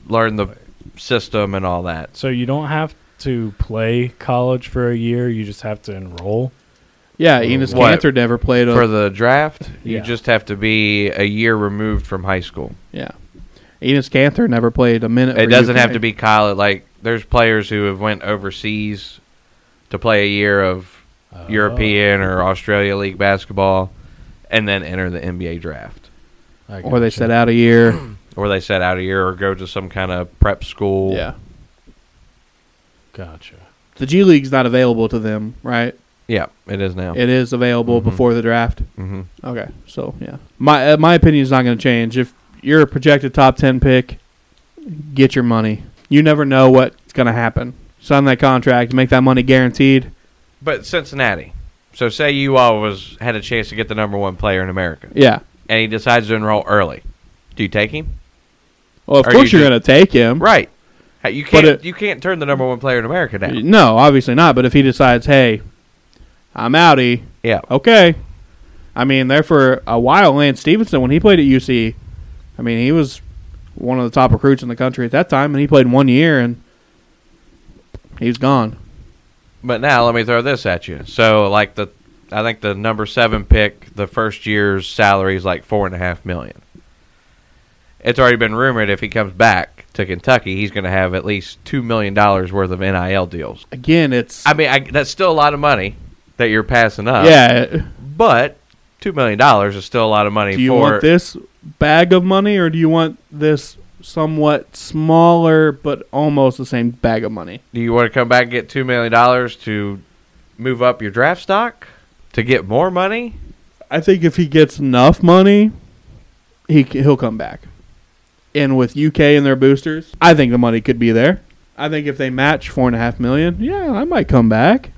S2: learn the system and all that.
S3: so you don't have to play college for a year; you just have to enroll.
S1: Yeah, Enos
S2: What?
S1: Cantor never played a,
S2: For the draft, you
S3: Yeah.
S2: just have to be a year removed from high school.
S1: Yeah, Enos Cantor never played a minute.
S2: It
S1: for
S2: doesn't
S1: UK.
S2: have to be college. Like there's players who have went overseas to play a year of
S3: Oh.
S2: European or Australia League basketball, and then enter the NBA draft,
S3: I
S1: Or they
S3: gotcha.
S1: set out a year.
S2: or they set out a year or go to some kind of prep school.
S1: yeah,
S3: Gotcha.
S1: the G League's not available to them, right?
S2: yeah, it is now.
S1: It is available
S2: Mhm.
S1: before the draft.
S2: hmm
S1: Okay, so yeah, my uh, my opinion is not going to change. If you're a projected top ten pick, get your money. You never know what's going to happen. Sign that contract, make that money guaranteed.
S2: But Cincinnati, So say you all was had a chance to get the number one player in America,
S1: Yeah.
S2: and he decides to enroll early. Do you take him?
S1: Well, of
S2: Are
S1: course
S2: you
S1: you are going to take him.
S2: Right. Hey, You can't.
S1: it-
S2: you can't turn the number one player in America down.
S1: No, obviously not. But if he decides, hey, I'm outie,
S2: Yeah.
S1: okay. I mean, there for a while, Lance Stevenson, when he played at UC, I mean, he was one of the top recruits in the country at that time, and he played one year, and he's gone.
S2: But now let me throw this at you. So like the, I think the number seven pick, the first year's salary is like four and a half million. It's already been rumored if he comes back to Kentucky, he's going to have at least two million dollars worth of NIL deals.
S1: Again, it's
S2: I uh, mean, I, that's still a lot of money that you're passing up.
S1: yeah.
S2: But two million dollars is still a lot of money.
S1: Do you
S2: for,
S1: want this bag of money, or do you want this somewhat smaller but almost the same bag of money?
S2: Do you want to come back and get two million dollars to move up your draft stock to get more money?
S1: I think if he gets enough money, he c- he'll come back. And with UK and their boosters, I think the money could be there. I think if they match four and a half million, yeah, I might come back.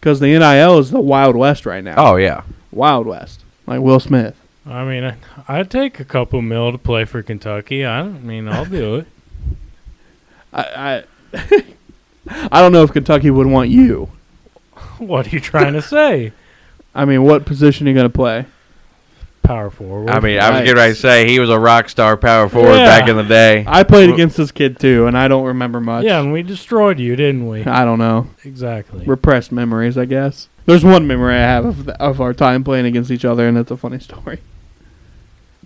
S1: Because the NIL is the Wild West right now.
S2: Oh yeah,
S1: Wild West, like Will Smith.
S3: I mean, I- I'd take a couple mil to play for Kentucky. I don't mean I'll do it. <laughs>
S1: I <laughs> I, I don't know if Kentucky would want you.
S3: What are you trying to say?
S1: I mean, what position are you going to play?
S3: Power forward.
S2: I mean, I was
S1: Yikes.
S2: getting ready to say he was a rock star power forward
S3: Yeah.
S2: back in the day.
S1: I played
S2: Well-
S1: against this kid too, and I don't remember much.
S3: yeah, and we destroyed you, didn't we?
S1: I don't know.
S3: Exactly.
S1: repressed memories, I guess. There's one memory I have of, the, of our time playing against each other, and it's a funny story.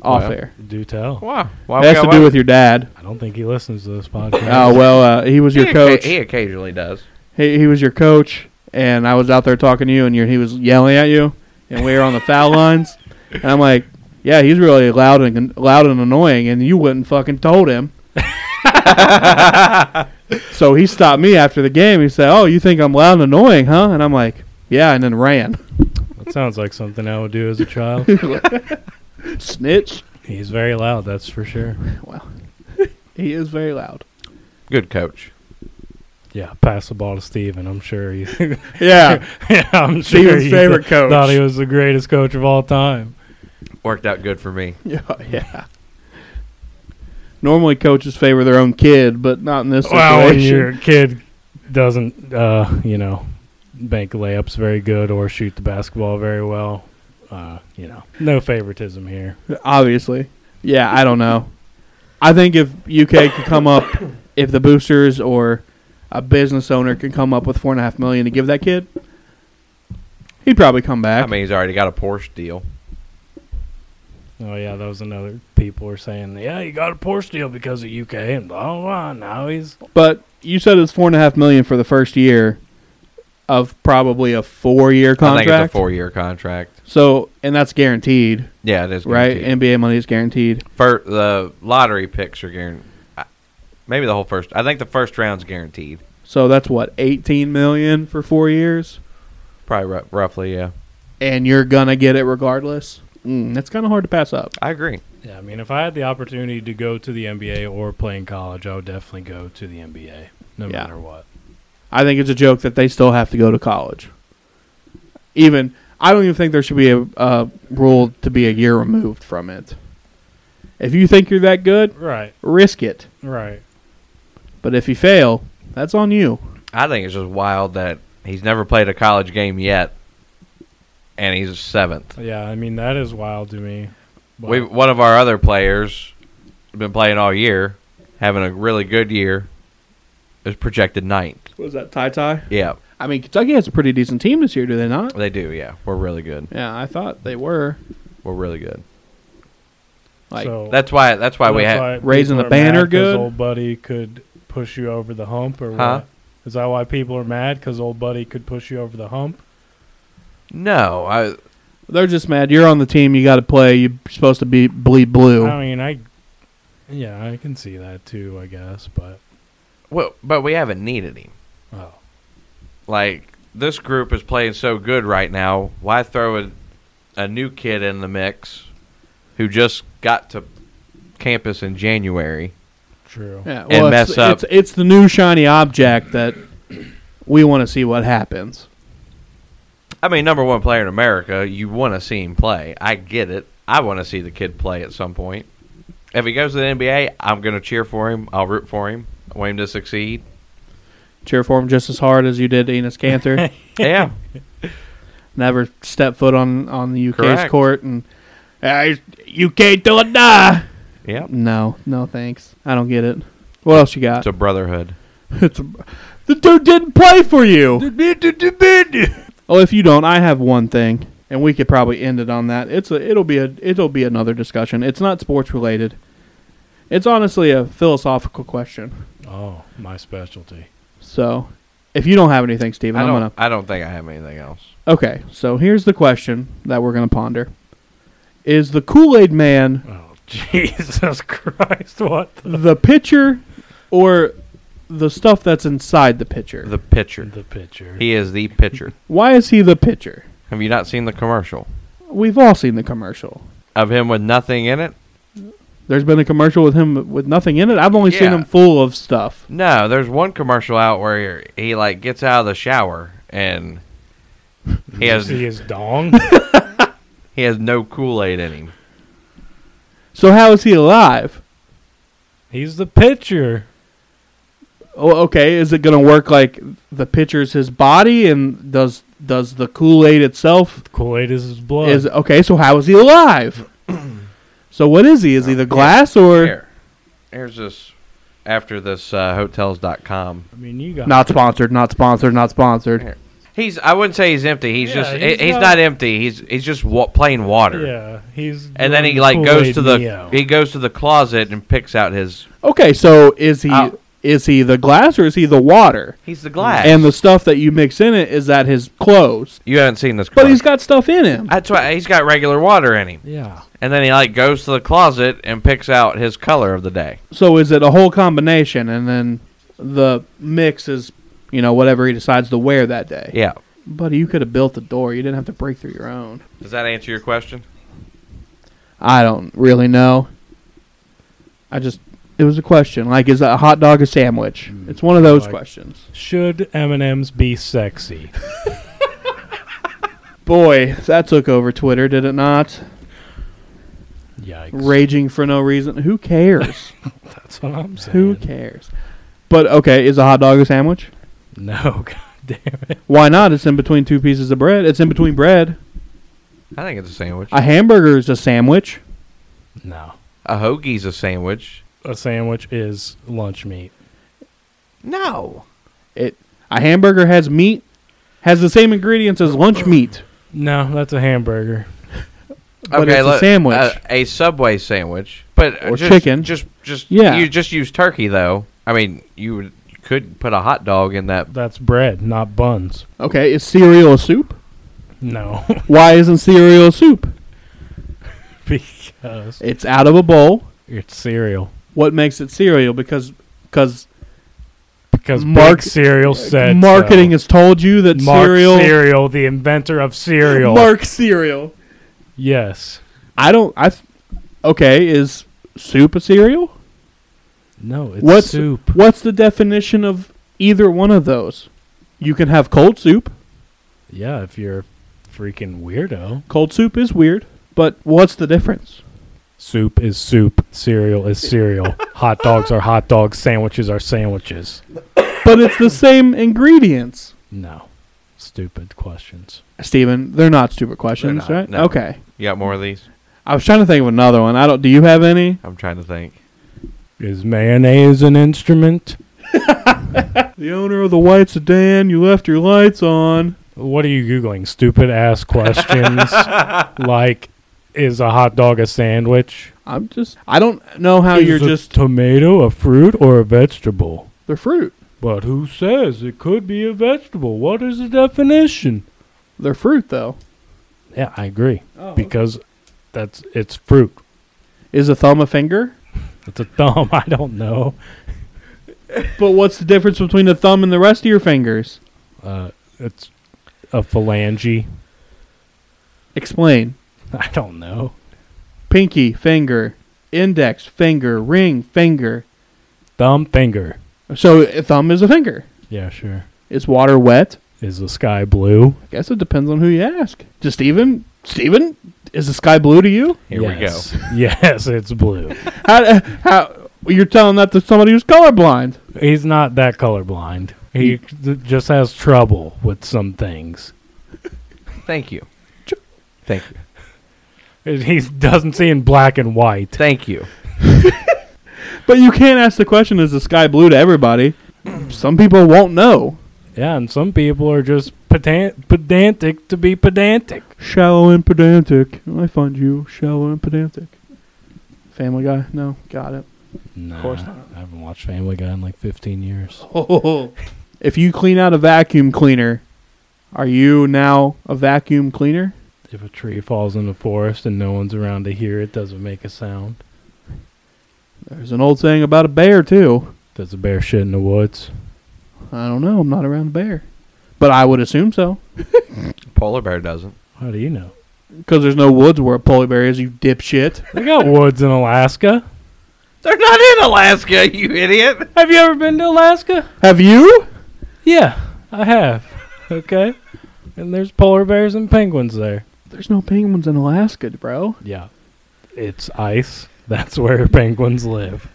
S1: Off
S2: Well,
S1: air.
S3: do tell.
S2: wow,
S1: It has to do with your dad.
S3: I don't think he listens to this podcast.
S1: Oh well, uh, he was your
S2: he,
S1: coach.
S2: occa- he occasionally does.
S1: He, he was your coach, and I was out there talking to you, and you're, he was yelling at you, and we were on the foul lines, and I'm like, yeah, he's really loud and loud and annoying, and you wouldn't fucking told him. so he stopped me after the game. He said, "Oh, you think I'm loud and annoying, huh?" And I'm like, "Yeah," and then ran.
S3: That sounds like something I would do as
S1: <laughs>
S3: a child.
S1: Snitch.
S3: He's very loud, that's for sure.
S1: Well, he is very loud.
S2: Good coach.
S3: Yeah, pass the ball to Steven. I'm
S1: <laughs>
S3: sure he. <laughs>
S1: Yeah,
S3: yeah, I'm sure
S1: Steven's
S3: he
S1: favorite coach.
S3: thought he was the greatest coach of all time.
S2: Worked out good for me.
S1: yeah, yeah. Normally, coaches favor their own kid, but not in this
S3: Well, when your
S1: situation.
S3: kid doesn't, uh, you know, bank layups very good or shoot the basketball very well, uh, you know, no favoritism here.
S1: <laughs> Obviously, yeah. I don't know. I think if UK could come up, <coughs> if the boosters or a business owner could come up with four and a half million to give that kid, he'd probably come back.
S2: I mean, he's already got a Porsche deal.
S3: Oh yeah, that was another. People were saying, yeah, he got a Porsche deal because of UK and blah blah. blah. Now he's
S1: but you said it's four and a half million for the first year of probably a four-year contract.
S2: I think it's a four-year contract.
S1: So, and that's guaranteed,
S2: Yeah, it is
S1: right?
S2: guaranteed.
S1: NBA money is guaranteed.
S2: Fir- the lottery picks are guaranteed. Maybe the whole first. I think the first round's guaranteed.
S1: So that's what 18 million for 4 years
S2: Probably ru- roughly, yeah.
S1: and you're going to get it regardless. Mm, that's kind of hard to pass up.
S2: I agree.
S3: Yeah, I mean, if I had the opportunity to go to the NBA or play in college, I would definitely go to the NBA, no
S1: Yeah.
S3: matter what.
S1: I think it's a joke that they still have to go to college. Even I don't even think there should be a, a rule to be a year removed from it. If you think you're that good,
S3: Right,
S1: risk it.
S3: right.
S1: But if you fail, that's on you.
S2: I think it's just wild that he's never played a college game yet, and he's seventh.
S3: Yeah, I mean, that is wild to me. But-
S2: We one of our other players been playing all year, having a really good year. Is projected ninth.
S1: Was that tie tie?
S2: Yeah,
S1: I mean, Kentucky has a pretty decent team this year, do they not?
S2: they do. Yeah, we're really good.
S1: Yeah, I thought they were.
S2: We're really good.
S1: Like
S3: so
S2: That's why. That's why we
S3: that's
S2: had.
S3: people
S1: Raising the
S3: are
S1: banner
S3: mad 'cause
S1: good?
S3: Old buddy could push you over the hump, or
S2: Huh?
S3: what? Is that why people are mad? Because old buddy could push you over the hump.
S2: No, I.
S1: They're just mad. You're on the team. You got to play. You're supposed to be bleed blue.
S3: I mean, I. Yeah, I can see that too. I guess, but
S2: Well, but we haven't needed him.
S3: oh,
S2: Like this group is playing so good right now. Why throw a, a new kid in the mix, who just got to campus in January?
S3: true.
S1: yeah,
S2: and
S1: it's-
S2: mess up.
S1: It's, it's the new shiny object that we want to see what happens.
S2: I mean, number one player in America, you want to see him play. I get it. I want to see the kid play at some point. If he goes to the NBA, I'm going to cheer for him. I'll root for him. I want him to succeed.
S1: Cheer for him just as hard as you did Enos
S3: <laughs>
S1: Cantor.
S2: Yeah.
S1: Never step foot on on the UK's
S2: Correct.
S1: court and "Hey, you can't do it nah.
S2: yeah.
S1: No, no thanks. I don't get it. What else you got?
S2: It's a brotherhood.
S1: <laughs> It's a- the dude didn't play for <laughs> you. Oh, if you don't, I have one thing, and we could probably end it on that. It's a, it'll be a, it'll be another discussion. It's not sports related. It's honestly a philosophical question.
S3: Oh, my specialty.
S1: So, if you don't have anything, Steven,
S2: I
S1: I'm
S2: don't,
S1: gonna.
S2: I don't think I have anything else.
S1: Okay, so here's the question that we're gonna ponder: Is the Kool Aid Man
S3: Oh, <laughs> Jesus Christ! What the,
S1: the pitcher, or the stuff that's inside the pitcher?
S2: The pitcher.
S3: the pitcher?
S2: He is the pitcher.
S1: Why is he the pitcher?
S2: Have you not seen the commercial
S1: We've all seen the commercial.
S2: of him with nothing in it?
S1: There's been a commercial with him with nothing in it. I've only seen
S2: Yeah.
S1: him full of stuff.
S2: No, there's one commercial out where he like gets out of the shower and he has
S3: <laughs> he is dong.
S2: he has no Kool Aid in him.
S1: So how is he alive?
S3: He's the pitcher.
S1: Oh, okay, is it going to work like the pitcher's his body and does does the Kool-Aid itself
S3: Kool Aid is his blood.
S2: uh,
S1: is okay, so how is he
S2: <clears throat>
S1: alive? so what is he? Is he the glass or
S2: Uh, Here, here's this after this uh, hotels.com.
S3: I mean, you got
S1: not sponsored, not sponsored, not sponsored.
S2: Here. He's I wouldn't say he's empty. He's
S3: Yeah,
S2: just he-
S3: he's
S2: he's,
S3: not-
S2: not, empty. He's he's just wa- plain water.
S3: Yeah, he's.
S2: And then
S3: doing
S2: he like goes
S3: Kool-Aid
S2: to the
S3: Neo.
S2: he goes to the closet and picks out his
S1: Okay, so is he
S2: Oh.
S1: is he the glass or is he the water?
S2: he's the glass
S1: And the stuff that you mix in it is that his clothes.
S2: you haven't seen this
S1: But
S2: commercial.
S1: he's got stuff in him.
S2: that's why he's got regular water in him.
S3: Yeah.
S2: And then he like goes to the closet and picks out his color of the day.
S1: So is it a whole combination and then the mix is, you know, whatever he decides to wear that day?
S2: Yeah.
S1: Buddy, you could have built the door. You didn't have to break through your own.
S2: Does that answer your question?
S1: I don't really know. I just it was a question. Like is a hot dog a sandwich? It's one of those
S3: Like-
S1: questions.
S3: Should M and M's be sexy?
S1: Boy, that took over Twitter, did it not?
S3: Yikes!
S1: Raging for no reason. Who <laughs> cares?
S3: That's what I'm saying.
S1: Who cares? But okay, is a hot dog a sandwich?
S3: <laughs> No, god damn it!
S1: Why not? It's in between two pieces of bread. It's in between bread.
S2: I think it's a sandwich.
S1: A hamburger is a sandwich.
S3: No,
S2: a hoagie's a sandwich.
S3: a sandwich is lunch meat.
S2: No.
S1: It a hamburger has meat, has the same ingredients as lunch meat.
S3: No, that's a hamburger.
S1: But it's a
S2: look,
S1: sandwich.
S2: A, a Subway sandwich, but
S1: Or
S2: just,
S1: chicken.
S2: Just, just
S1: Yeah.
S2: You just use turkey though. I mean, you would you could put a hot dog in that.
S3: That's bread, not buns.
S1: Okay, is cereal a soup?
S3: No, <laughs>
S1: Why isn't cereal a soup?
S3: because
S1: It's out of a bowl.
S3: it's cereal.
S1: What makes it cereal? Because because
S3: Because
S1: Mark- uh,
S3: Mark cereal said
S1: marketing
S3: so.
S1: has told you that
S3: uh, Mark
S1: cereal,
S3: cereal, the inventor of cereal.
S1: Mark cereal.
S3: Yes.
S1: I don't. I th- okay. Is soup a cereal?
S3: No, it's
S1: What's-
S3: soup.
S1: What's the definition of either one of those? You can have cold soup.
S3: Yeah, if you're a freaking weirdo.
S1: Cold soup is weird, but what's the difference?
S3: Soup is soup. Cereal is
S1: <laughs>
S3: cereal. hot dogs are hot dogs. Sandwiches are sandwiches.
S1: But it's the same ingredients.
S3: No. Stupid questions.
S1: Steven, they're not stupid questions,
S2: not,
S1: right?
S2: no.
S1: Okay.
S2: You got more of these?
S1: I was trying to think of another one. I don't. Do you have any?
S2: I'm trying to think.
S3: Is mayonnaise an instrument?
S1: The owner of the white sedan, you left your lights on.
S3: What are you Googling? Stupid
S1: <laughs>
S3: ass questions like, is a hot dog a sandwich?
S1: I'm just. I don't know how
S3: is
S1: you're
S3: a
S1: just.
S3: tomato a fruit or a vegetable?
S1: They're fruit.
S3: But who says it could be a vegetable? What is the definition?
S1: They're fruit, though.
S3: Yeah, I agree.
S1: Oh,
S3: Because that's it's fruit.
S1: Is a thumb a finger?
S3: It's a thumb. <laughs> I don't know.
S1: But what's the difference between a thumb and the rest of your fingers?
S3: Uh, it's a phalange.
S1: Explain.
S3: I don't know.
S1: Pinky, finger, index, finger, ring, finger.
S3: Thumb finger.
S1: So a thumb is a finger.
S3: Yeah, sure.
S1: Is water wet?
S3: Is the sky blue?
S1: I guess it depends on who you ask. To Steven, Steven, is the sky blue to you?
S2: Here we go.
S3: we go. Yes, <laughs> it's blue.
S1: How, how you're telling that to somebody who's colorblind?
S3: He's not that colorblind. He th- just has trouble with some things.
S2: Thank you. Thank you.
S3: He doesn't see in black and white.
S2: Thank you.
S1: But you can't ask the question, is the sky blue to everybody? Some people won't know.
S3: Yeah, and some people are just pedant- pedantic to be pedantic.
S1: Shallow and pedantic. I find you shallow and pedantic. Family Guy? No, got it. <laughs>
S3: Nah, of
S1: course not.
S3: I haven't watched Family Guy in like 15 years.
S1: Oh, if you clean out a vacuum cleaner, are you now a vacuum cleaner?
S3: If a tree falls in the forest and no one's around to hear it, doesn't make a sound.
S1: There's an old saying about a bear too.
S3: Does a bear shit in the woods?
S1: I don't know. I'm not around a bear, but I would assume so
S2: Polar bear doesn't.
S3: How do you know?
S1: because there's no woods where a polar bear is. You dipshit.
S3: They <laughs> got woods in Alaska.
S2: They're not in Alaska, you idiot.
S3: Have you ever been to Alaska?
S1: Have you?
S3: Yeah, I have. Okay. And there's polar bears and penguins there.
S1: There's no penguins in Alaska, bro.
S3: Yeah. It's ice. That's where <laughs> penguins live.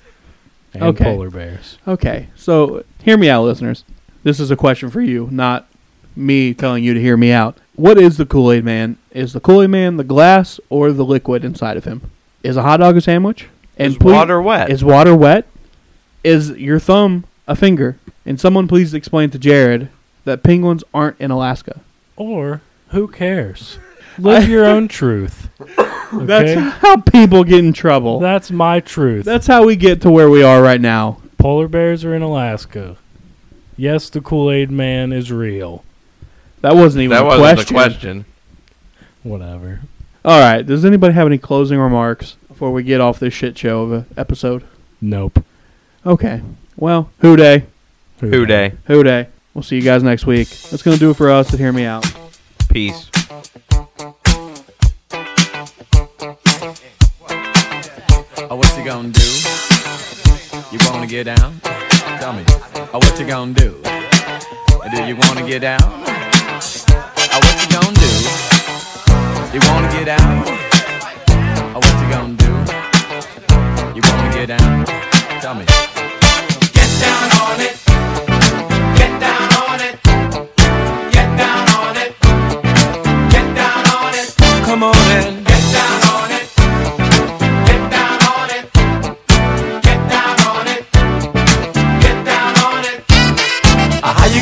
S3: And
S1: Okay.
S3: polar bears.
S1: Okay, so hear me out, listeners. This is a question for you, not me telling you to hear me out. What is the Kool Aid Man? Is the Kool Aid Man the glass or the liquid inside of him? Is a hot dog a sandwich?
S2: Is
S1: please-
S2: water wet?
S1: Is water wet? Is your thumb a finger? And someone please explain to Jared that penguins aren't in Alaska.
S3: Or who cares? Live your own truth.
S1: <coughs>
S3: Okay?
S1: That's how people get in trouble.
S3: That's my truth.
S1: That's how we get to where we are right now.
S3: polar bears are in Alaska. Yes, the Kool Aid Man is real.
S1: That wasn't even
S2: that
S1: a
S2: wasn't
S1: question.
S2: the question.
S3: Whatever.
S1: All right. Does anybody have any closing remarks before we get off this shit show of a episode?
S3: Nope.
S1: Okay. Well, who day?
S2: Who day?
S1: Who day? We'll see you guys next week. That's going to do it for us. And hear me out.
S2: Peace.
S4: Oh, what you gonna do? You wanna get down? Tell me. Oh, what you gonna do? Do you wanna get down? Oh, what you gonna do? You wanna get out? Oh, what you gonna do? You wanna get down? Tell me.
S5: Get down on it. Get down on it. Get down on it. Get down on it.
S4: Come on in.
S5: Get down on it. Get down on it. Get down on it. Get down on it.
S4: Uh, How you